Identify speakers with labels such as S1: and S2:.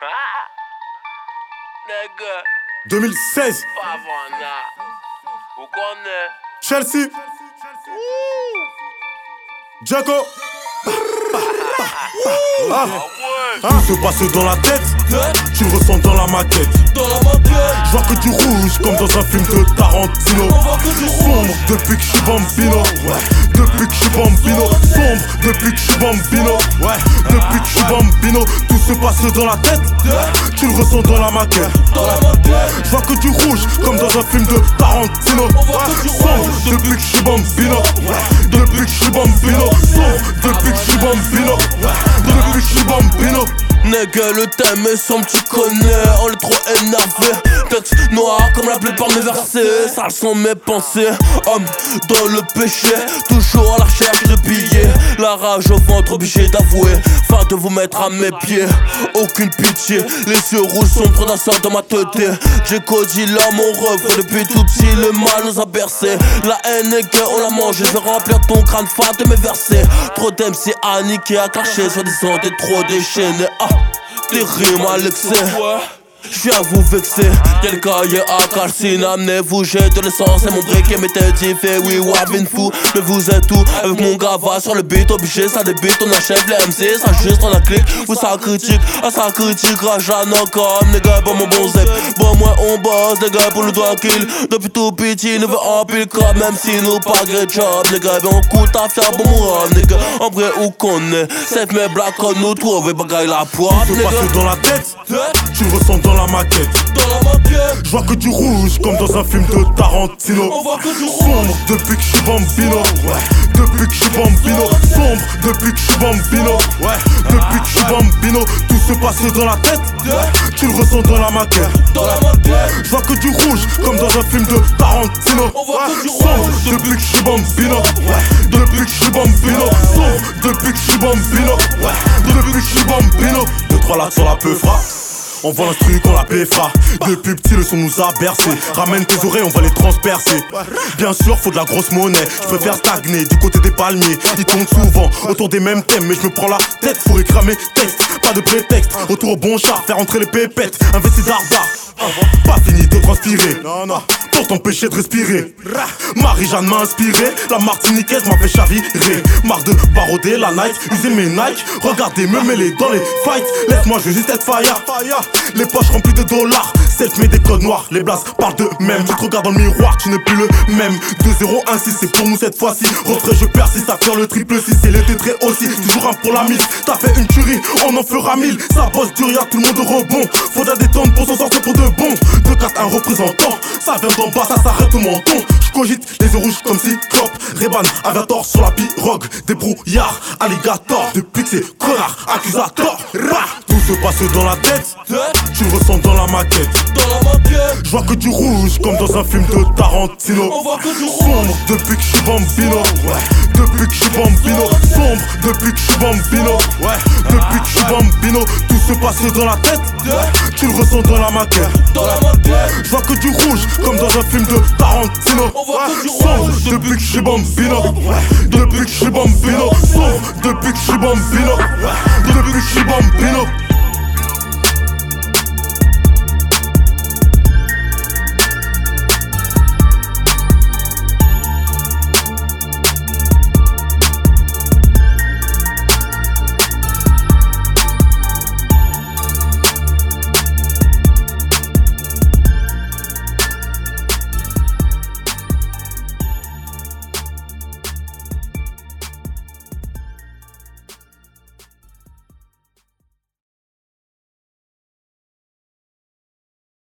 S1: Ah! Nègre,
S2: 2016,
S1: pas avant là. Vous connaissez?
S2: Chelsea, Jaco. Ah,
S1: Ouais!
S2: ah. Tout se passe dans la tête, tu le ressens dans la maquette. Je vois que du rouge comme dans un film de Tarantino. Sombre depuis que je suis bambino. Ouais. Depuis que je suis bambino. Sombre depuis que je suis bambino. Ouais. Depuis que je suis bambino. Tout se passe dans la tête. Tu le ressens dans la maquette. Je vois que du rouge comme dans un film de Tarantino. Ouais. Sombre depuis que je suis bambino. Ouais. Depuis que je suis bambino. Sombre depuis que je suis bambino. Ouais. Depuis que je suis bambino.
S3: Nègre, le thème est sombre, tu connais, on est trop énervé. Texte noir comme la plupart mes versets, sale sont mes pensées. Homme dans le péché, toujours à la recherche de billets. La rage au ventre, obligé d'avouer, fin de vous mettre à mes pieds. Aucune pitié, les yeux rouges sombres d'un sort dans ma tête. J'ai codé là mon refrain depuis tout petit, le mal nous a bercé. La haine est que on la mange, je vais remplir ton crâne fin de mes versets. Trop d'MC à niquer, à cracher, soi-disant t'es trop déchaîné. Ah, tes rimes à l'excès. Je viens vous vexer, y'a le cahier à calcine Amenez-vous, j'ai de l'essence et mon briquet m'était dit Fait oui, Wavin fou, mais vous êtes tout Avec mon gava sur le beat, obligé, ça débite On achève les MC, ça juste, on a clic Ou ça critique, ah ça critique Rajan encore, les gars, bon mon bon zep Bon moi on bosse, les gars, pour le doigt kill Depuis tout petit, nous veut en pile crop Même si nous pas great job, les gars, ben on coûte à faire bon mon rhum, les gars En vrai, où qu'on est, c'est mes blagues qu'on nous trouve Et bagaille la poire,
S2: Tout se
S3: les gars
S2: passe dans la tête. Tu le ressens dans la maquette.
S3: Dans la maquette
S2: Je vois que du rouge comme dans un film de Tarantino.
S3: On voit que du
S2: Sombre depuis que je suis bambino. Ouais. Depuis que je suis bambino. Sombre depuis que je suis bambino. Ouais. Depuis que je suis bambino. Tout se passe dans la tête. Tu le ressens dans la maquette.
S3: Dans la maquette
S2: Je vois que du rouge comme dans un film de Tarantino.
S3: voit que du
S2: Sombre
S3: rouge.
S2: depuis que je suis bambino. Ouais. Depuis que je suis bambino. Sombre depuis que je suis bambino. Ouais. Depuis que je suis bambino. Deux trois lattes sur la peufra. On voit l'instru qu'on la péfra Depuis petit le son nous a bercé Ramène tes oreilles on va les transpercer Bien sûr faut de la grosse monnaie Je préfère stagner du côté des palmiers Ils tournent souvent autour des mêmes thèmes Mais je me prends la tête pour écrire mes textes Pas de prétexte Retour au bon char Faire entrer les pépettes Investi d'ardard pas fini de transpirer, non, non. pour t'empêcher de respirer. Ra. Marie-Jeanne m'a inspiré, la martiniquaise m'a fait chavirer. Marre de baroder la night, user mes Nike. Regardez, me mêler dans les fights. Laisse-moi, je veux juste être fire. Les poches remplies de dollars, self met des codes noirs. Les blases parlent de même. Tu te regardes dans le miroir, tu n'es plus le même. 2-0-1-6, c'est pour nous cette fois-ci. Retrait, je persiste à faire le triple 6. C'est l'été très aussi, toujours un pour la mise. T'as fait une tuerie, on en fera mille. Ça bosse dur, y'a tout le monde au rebond. Faudra détendre pour s'en sortir pour de bon. 2 4 un représentant. Ça vient d'en bas, ça s'arrête au menton. J'cogite les yeux rouges comme Cyclope. Reban, Aviator sur la pirogue. Débrouillard, alligator. Depuis que c'est connard, accusator. Ra. Tout se passe dans la tête. Tu le ressens dans la maquette.
S3: Dans la maquette
S2: Je vois que du rouge comme dans un film de Tarantino.
S3: On voit que du
S2: Sombre depuis que je suis bambino. Ouais. Depuis que je suis bambino. Sombre depuis que je suis bambino. Ouais. Depuis que je suis bambino. Tout se passe dans la tête. Tu le ressens dans la maquette.
S3: Dans la maquette
S2: Je vois que du rouge comme dans un film de Tarantino.
S3: On voit que du
S2: Sombre
S3: rouge.
S2: depuis que je suis bambino. Ouais. Depuis que je suis bambino. Sombre depuis que je suis bambino. Ouais. Depuis que je suis bambino.